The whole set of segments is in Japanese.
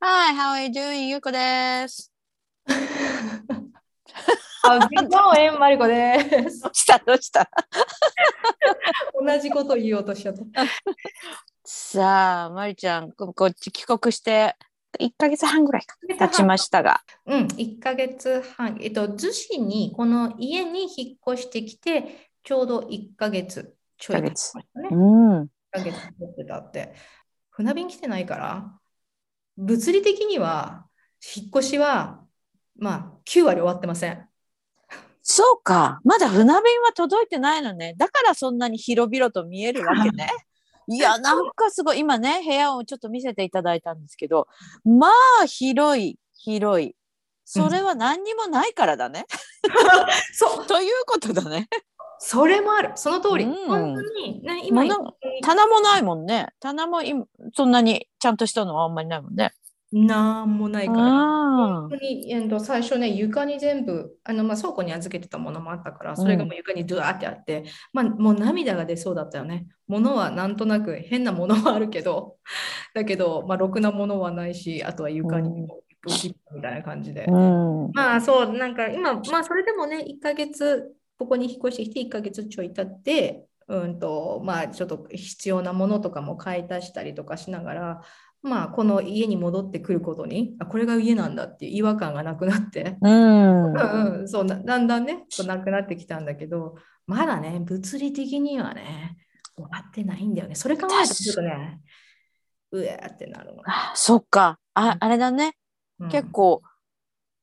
Hi, how are you doing? ゆうこです。 How's it going? マリコです。 どうしたどうした 同じこと言おうとしちゃった。さあ、まりちゃん、ここっち帰国して1ヶ月半ぐらいか経ちましたが。うん、1ヶ月半。えっと、逗子に、この家に引っ越してきて、ちょうど1ヶ月ちょい一ヶ経月ちましたね。うん。 1ヶ月経ってたって。船便来てないから、物理的には、引っ越しは、まあ、9割終わってません。そうか。まだ船便は届いてないのね。だからそんなに広々と見えるわけ ね。いや、なんかすごい。今ね、部屋をちょっと見せていただいたんですけど、まあ、広い、広い。それは何にもないからだ ね。そう、ということだね。それもある。その通り。うん本当に、ね、今、物棚もないもんね。棚もいそんなにちゃんとしたのはあんまりないもんね。なんもないから。あ本当に、えーと、最初ね、床に全部、あの、まあ、倉庫に預けてたものもあったから、それがもう床にドゥワーってあって、まあ、もう涙が出そうだったよね。物はなんとなく変なものはあるけど、 だけど、まあ、ろくなものはないし、あとは床にうんもうドキッみたいな感じで。あ。うん。まあ、そう、なんか今、まあ、それでもね、1ヶ月、ここに引っ越してきて1ヶ月ちょい経って、うんと、まあ、ちょっと必要なものとかも買い足したりとかしながら、まあ、この家に戻ってくることに、あ、これが家なんだっていう違和感がなくなって、うん。うんうん、そうな、だんだんね、そうなくなってきたんだけど、まだね、物理的にはね、終わってないんだよね。それ考えるとちょっとね、うえーってなるの。あそっか。ああれだね。うん結構。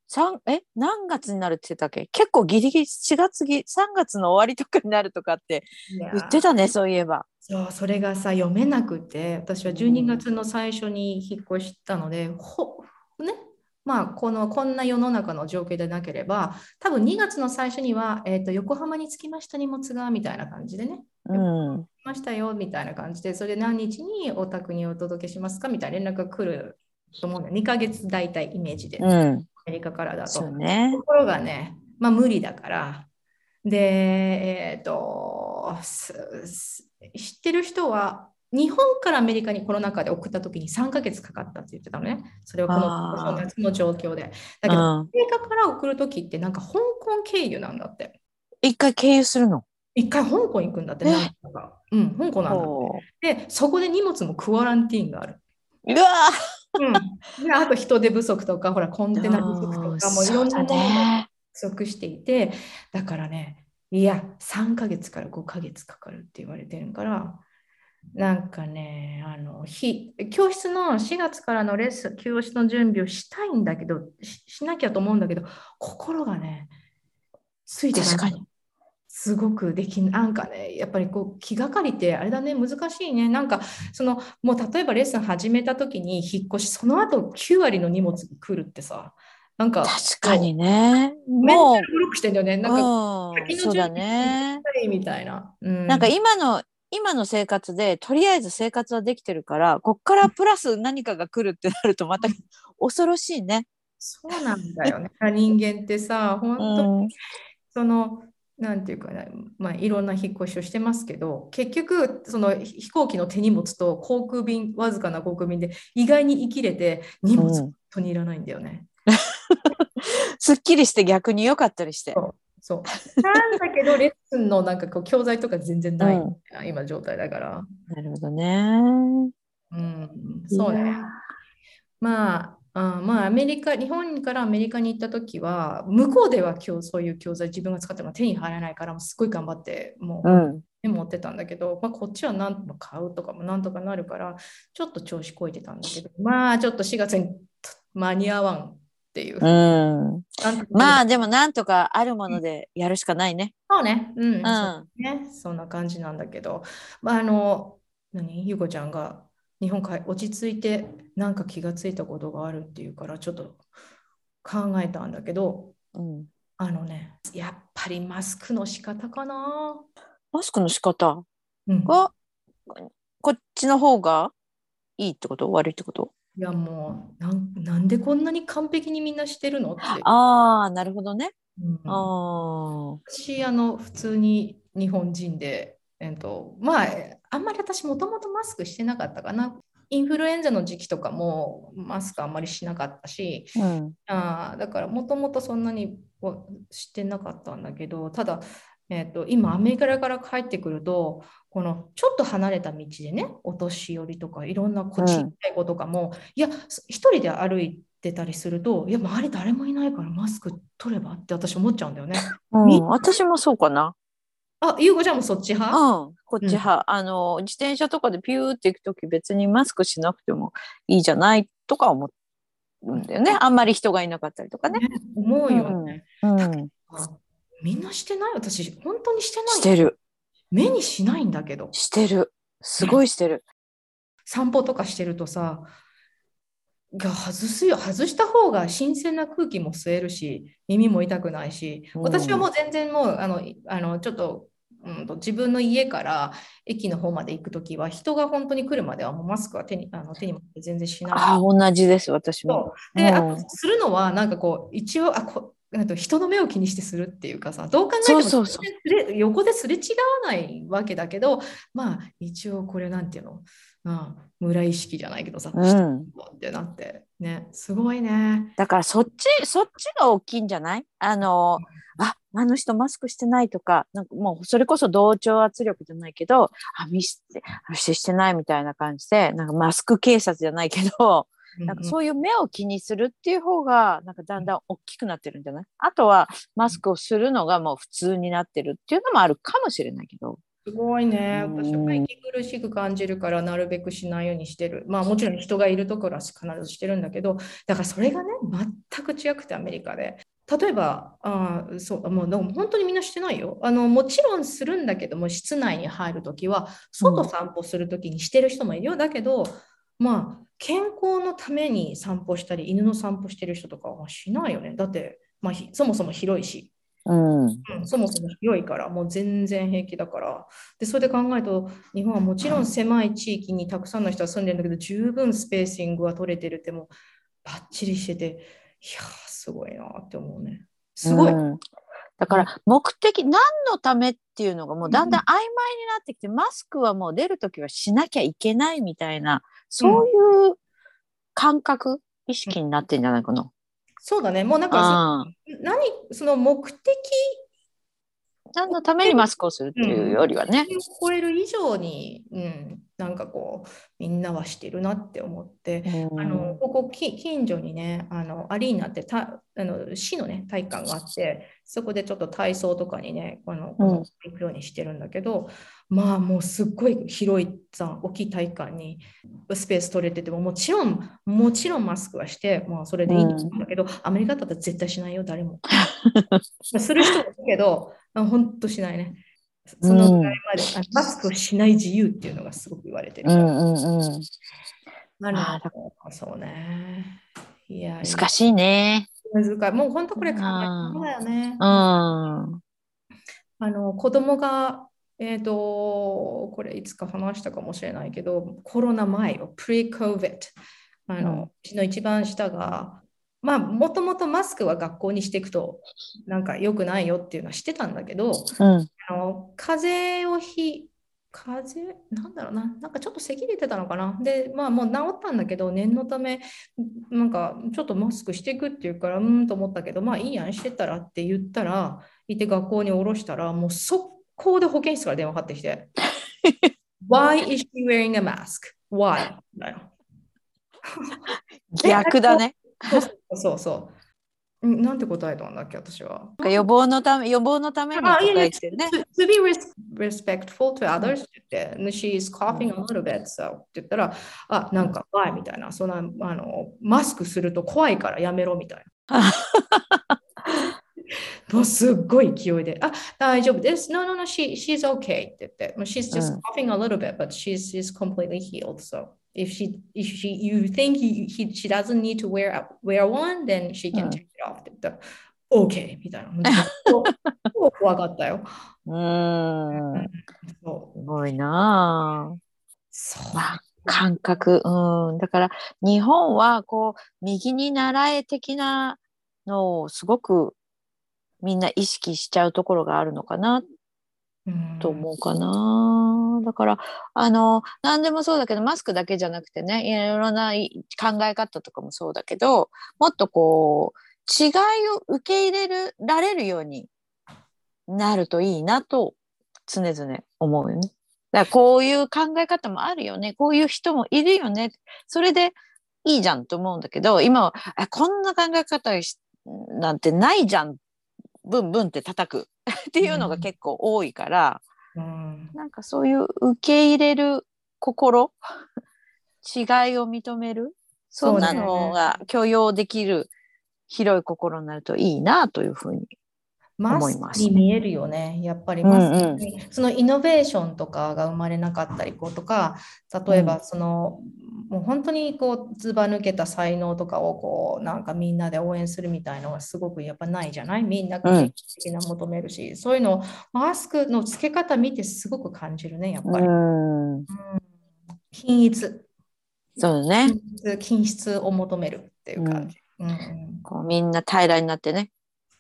三え何月になるって言ってたっけ結構ギリギリ4月ぎ3月の終わりとかになるとかっていやー言ってたねそういえば。そう、それがさ、読めなくて、私は12月の最初に引っ越したので、ほ、ね、まあ、この、こんな世の中の状況でなければ、多分2月の最初には、えっと、横浜に着きました荷物が、みたいな感じでね、うん。来ましたよ、みたいな感じで、それで何日にお宅にお届けしますか、みたいな連絡が来ると思うんだよ。2ヶ月大体イメージで、アうん。メリカからだとそう。ねと。ころがね、まあ無理だから。で、えっ、と、すす知ってる人は、日本からアメリカにコロナ禍で送った時に3ヶ月かかったって言ってたのね。それをこあのー夏の状況で。うだけど、アん。メリカから送る時ってなんか香港経由なんだって。一回経由するの。一回香港行くんだって、えなんとか。うん、香港なんだほって。で、そこで荷物もクワランティーンがある。ううわうん、であと人手不足とか、ほら、コンテナ不足ーとか、もういそろうんなだものがね。不足していて、だからね、いや、3ヶ月から5ヶ月かかるって言われてるから、なんかね、あの、ひ教室の4月からのレッスン、教室の準備をしたいんだけど、ししなきゃと思うんだけど、心がね、ついてない確かに。すごくできんなんかね、やっぱりこう気がかりってあれだね、難しいね。なんかそのもう例えばレッスン始めた時に引っ越し、その後9割の荷物来るってさ、なんか確かにね。もうめっちゃブロックしてんだよね。なんかう先ん、のそうだね。みたいな。うんなんか今の今の生活でとりあえず生活はできてるからこっからプラス何かが来るってなると また恐ろしいね。そうなんだ よね。人間ってさ、本う当ん、その、なんていうかな、まあ、いろんな引っ越しをしてますけど、結局、そのひ飛行機の手荷物と航空便、わずかな航空便で意外に生きれて、荷物うん本当にいらないんだよね。すっきりして逆に良かったりして。そう。なんだけど、レッスンのなんかこう教材とか全然ない、うん今状態だから。なるほどね。うん、そうねいや。まあ、あまあ、アメリカ、日本からアメリカに行った時は、向こうでは今日そういう教材自分が使っても手に入らないから、もうすごい頑張って、もううん、メモ持ってたんだけど、まあ、こっちは何とか買うとかもなんとかなるから、ちょっと調子こいてたんだけど、まあ、ちょっと4月に間に合わんっていう。うん、なんとかまあでもなんとかあるものでやるしかないね。そうね。うん。う、そうんね。そんな感じなんだけど、まあ、あの、何ゆうこちゃんが日本か落ち着いて、なんか気がついたことがあるっていうから、ちょっと考えたんだけど、うん、あのね、やっぱりマスクの仕方かな。マスクの仕方うん、がこっちの方がいいってこと悪いってこといや、もうなん、なんでこんなに完璧にみんなしてるのって。ああなるほどね。うんあー私あの普通に日本人で、えっと、まああんまり私もともとマスクしてなかったかなインフルエンザの時期とかもマスクあんまりしなかったし、うんあーだからもともとそんなにはしてなかったんだけどただ、えー、と今アメリカから帰ってくるとこのちょっと離れた道でねお年寄りとかいろんな子うんちっちゃい子とかも、いやそ一人で歩いてたりするといや周り誰もいないからマスク取ればって私思っちゃうんだよね。うみん、私もそうかな。あゆうこちゃんもそっちうん派、こっち派、あの自転車とかでピューって行く時別にマスクしなくてもいいじゃないとか思うんだよねあんまり人がいなかったりとかね。ね思うよね。うん、あみんなしてない私本当にしてないしてる目にしないんだけどしてるすごいしてる。散歩とかしてるとさが外すよ外した方が新鮮な空気も吸えるし耳も痛くないしうん私はもう全然もうあのいあのちょっと,、うん、と自分の家から駅の方まで行く時は人が本当に来るまではもうマスクは手にあの手に持って全然しないああ同じです私も。そうで、あうんとするのはなんかこう一応あこなんと人の目を気にしてするっていうかさどう考えてもそうそうそう全然すれ横ですれ違わないわけだけどまあ一応これなんていうの、うん、村意識じゃないけどさ、うん、ってなってねすごいね。だからそっちそっちが大きいんじゃないあのああの人マスクしてないとかなんかもうそれこそ同調圧力じゃないけどあ見せてあしてしてないみたいな感じでなんかマスク警察じゃないけどなんかうそういう目を気にするっていう方がなんかだんだん大きくなってるんじゃないあとはマスクをするのがもう普通になってるっていうのもあるかもしれないけど。んすごいね。うん私は息苦しく感じるからなるべくしないようにしてる。まあもちろん人がいるところは必ずしてるんだけど、だからそれがね、全く違くてアメリカで。例えば、あーそうもうでも本当にみんなしてないよあの。もちろんするんだけども、室内に入るときは、外散歩するときにしてる人もいるよ。だけど、まあ、健康のために散歩したり、犬の散歩してる人とかはしないよね。だって、まあ、ひそもそも広いし。うん、うんそもそも広いから、もう全然平気だから。で、それで考えると、日本はもちろん狭い地域にたくさんの人が住んでるんだけど、十分スペーシングは取れてるって、もうバッチリしてて、いやー、すごいなーって思うね。すごい。うんだから目的何のためっていうのがもうだんだん曖昧になってきて、マスクはもう出る時はしなきゃいけないみたいなそういう感覚、意識になってんじゃないかな。そうだね。もうなんかああそ、何、その目的何のためにマスクをするっていうよりはね。を超える以上に、うん、なんかこう、みんなはしてるなって思って、うんあのここき近所にねあのアリーナってたあの市の、ね、体育館があってそこでちょっと体操とかにねこのこうんの行くようにしてるんだけど、まあもうすっごい広いさ大きい体育館にスペース取れててももちろんもちろんマスクはして、まあ、それでいいんだけど、アメリカだったら絶対しないよ誰もする人もいるけど本当しないねそのぐらいまで、あのマスクをしない自由っていうのがすごく言われてるうからんうんうん、なるあーだほど。そうね。いや、難しいね。難しい。もう本当これ考えあーそうだよねう。んあの子供が、えっ、と、これいつか話したかもしれないけど、コロナ前よ、pre-COVID。あうんの、うちの一番下が、まあ、もともとマスクは学校にしていくと、なんか良くないよっていうのはしてたんだけど、うんあの風邪をひ、風邪、なんだろうな、なんかちょっと咳出てたのかな。で、まあもう治ったんだけど、念のため、なんかちょっとマスクしていくっていうから、うーんと思ったけど、まあいいやん、してたらって言ったら、いて学校に降ろしたら、もう速攻で保健室から電話かかってきて、Why is she wearing a mask? Why? だよ逆だね。そうそうそうそう。んなんて答えたんだっけ、私は。なんか予防のため予防のためにとかあいやいや言ってるね。 to, to be res- respectful to others って言って、she is coughing a little bit, so って言ったら、あ、なんか、why? みたいな、そんな、あの、マスクすると怖いからやめろみたいな。もうすっごい勢いで、あ、大丈夫です。No, no, no, she, she's okay って言って、まあ she's just うん coughing a little bit, but she's, she's completely healed, so. If she, if she, you think he, he, she doesn't need to wear, a- wear one, then she うん can take it off って言ったら、OK! みたいな。もう超怖かったよ。うんそすごいなあ。う。まあ感覚うんだから日本はこう右に習え的なのをすごくみんな意識しちゃうところがあるのかなっうんと思うかな。だからあの何でもそうだけどマスクだけじゃなくてねいろいろない考え方とかもそうだけどもっとこう違いを受け入れるられるようになるといいなと常々思うよね。だからこういう考え方もあるよねこういう人もいるよねそれでいいじゃんと思うんだけど今はあこんな考え方しなんてないじゃんブンブンって叩く っていうのが結構多いから。うんなんかそういう受け入れる心違いを認めるそんなのが許容できる広い心になるといいなというふうに。マ思いスまクすに見えるよね、やっぱりうんうんマスクに、そのイノベーションとかが生まれなかったりこうとか、例えばその、もう本当にこうずば抜けた才能とかをこうなんかみんなで応援するみたいのはすごくやっぱないじゃないみんなうがん、的な求めるし、そういうのをマスクの付け方見てすごく感じるね、やっぱり。うん、均一、そうね、均一均質を求めるっていう感じ。うんうんこうみんな平らになってね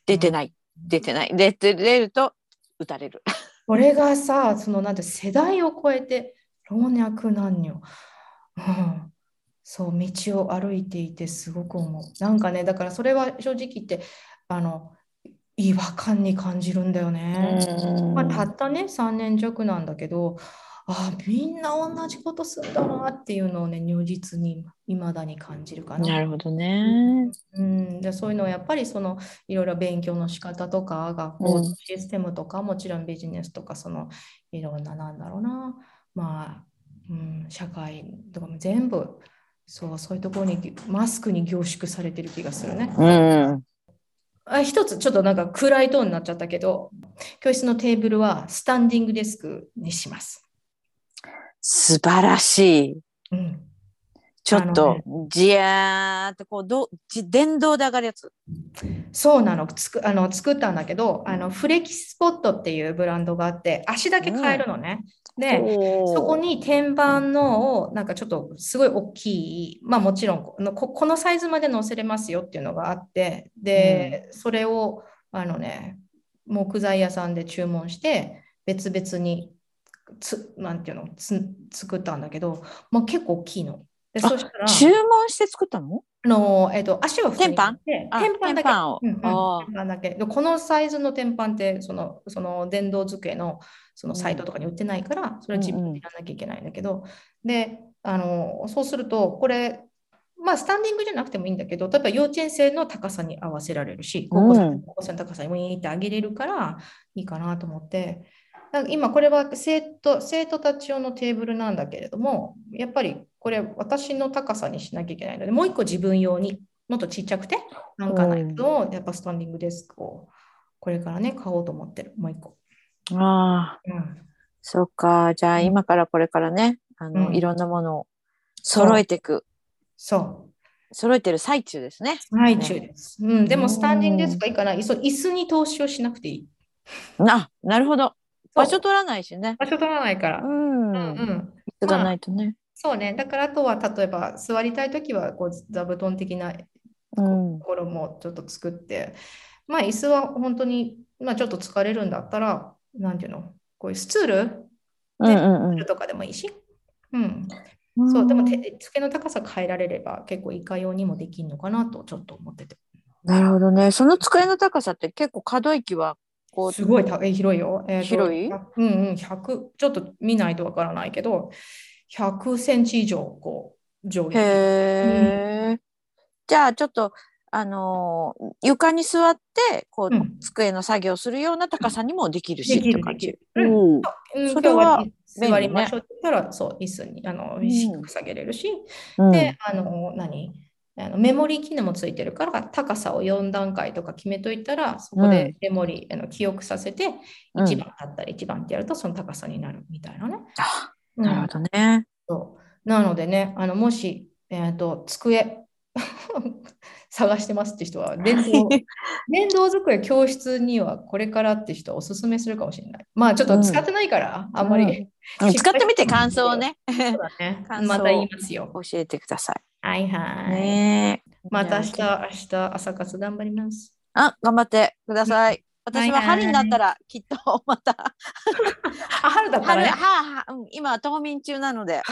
出てない出てない出て出ると打たれる。これがさ、そのなんて世代を超えて老若男女、うん、そう道を歩いていてすごく思う。なんかね、だからそれは正直言ってあの違和感に感じるんだよね。まあ、たったね3年弱なんだけど、ああみんな同じことするんだなっていうのをね、如実にいまだに感じるかな。なるほどね。うん、でそういうのはやっぱりそのいろいろ勉強の仕方とか学校うのシステムとか、もちろんビジネスとかそのいろんななんだろうなまあ、うん、社会とかも全部そうそういうところにマスクに凝縮されてる気がするね。うん、あ一つちょっとなんか暗いトーンになっちゃったけど教室のテーブルはスタンディングデスクにします。素晴らしい。うん、ちょっあのとねじやーってこうどじ電動で上がるやつ。そうなのつくあの作ったんだけどあのフレキスポットっていうブランドがあって足だけ変えるのね。でそそこに天板のをなんかちょっとすごい大きい、まあもちろんこのここのサイズまで乗せれますよっていうのがあって、で、それをあのね、木材屋さんで注文して、別々につ、なんていうの、つ作ったんだけど、まあ結構大きいの。で、あそしたら、注文して作ったのあの、えっと、足は普通天に板であ天板だけ。を。うんうんあー天板だけでこのサイズの天板ってそのその電動机のそのサイトとかに売ってないから、それは自分でやらなきゃいけないんだけど、であのそうするとこれまあスタンディングじゃなくてもいいんだけど例えば幼稚園生の高さに合わせられるし高校生,、うん高校生の高さにウィーンって上げれるからいいかなと思って。だから今これは生徒生徒たち用のテーブルなんだけれどもやっぱりこれ私の高さにしなきゃいけないのでもう一個自分用にもっとちっちゃくてなんかないとやっぱスタンディングデスクをこれからね買おうと思ってるもう一個、あー、うん、そうか。じゃあうん今からこれからね、あの、うんいろんなものを揃えていく、そう揃えてる最中ですね。最中です、うん、でうもんスタンディングデスクはいいかないそう椅子に投資をしなくていいあ、なるほど。そ場う所取らないしね。場所取らないから、う。うんんう椅ん、子がないとね。そうねだからあとは例えば座りたい時はこう座布団的なうんと。ころもちょっと作って、まあ椅子は本当に、まあ、ちょっと疲れるんだったら、なんていうの、こういうスツールうんうんとかでもいいし、うん、うん。そう、でも手机の高さ変えられれば結構いかようにもできるのかなとちょっと思ってて。なるほどね。その机の高さって結構可動域はこすごいたえ広いよ。えーと広いうんうん、100、ちょっと見ないとわからないけど、100センチ以上、こう、上う。下に。へえ。じゃあちょっとあのー床に座ってこう、うん机の作業するような高さにもできるしでっきてる感できじ。るうんおーうんそ今れは日は座りましょうって言ったら、そう、椅子に、あの、ん低く下げれるし、うんで、あの、何あのメモリー機能もついてるから、高さを4段階とか決めといたら、そこでメモリー、あの記憶させて、うん1番だったり1番ってやると、その高さになるみたいなね。あうんなるほどね。そうなのでね、あのもし、えー、と机 探してますって人は、電 動電動机教室にはこれからって人はおすすめするかもしれない。まあちょっと使ってないから、あんまり、うんうん使ってみ て感想をねそうだね感想 また言いますよ。教えてくださ。はいはいい。ねえまた明日、じゃあ明日、朝活頑張ります。あ頑張ってください。私は春になったらきっとまたあ、春だった春らねは。あはあうん今冬眠中なので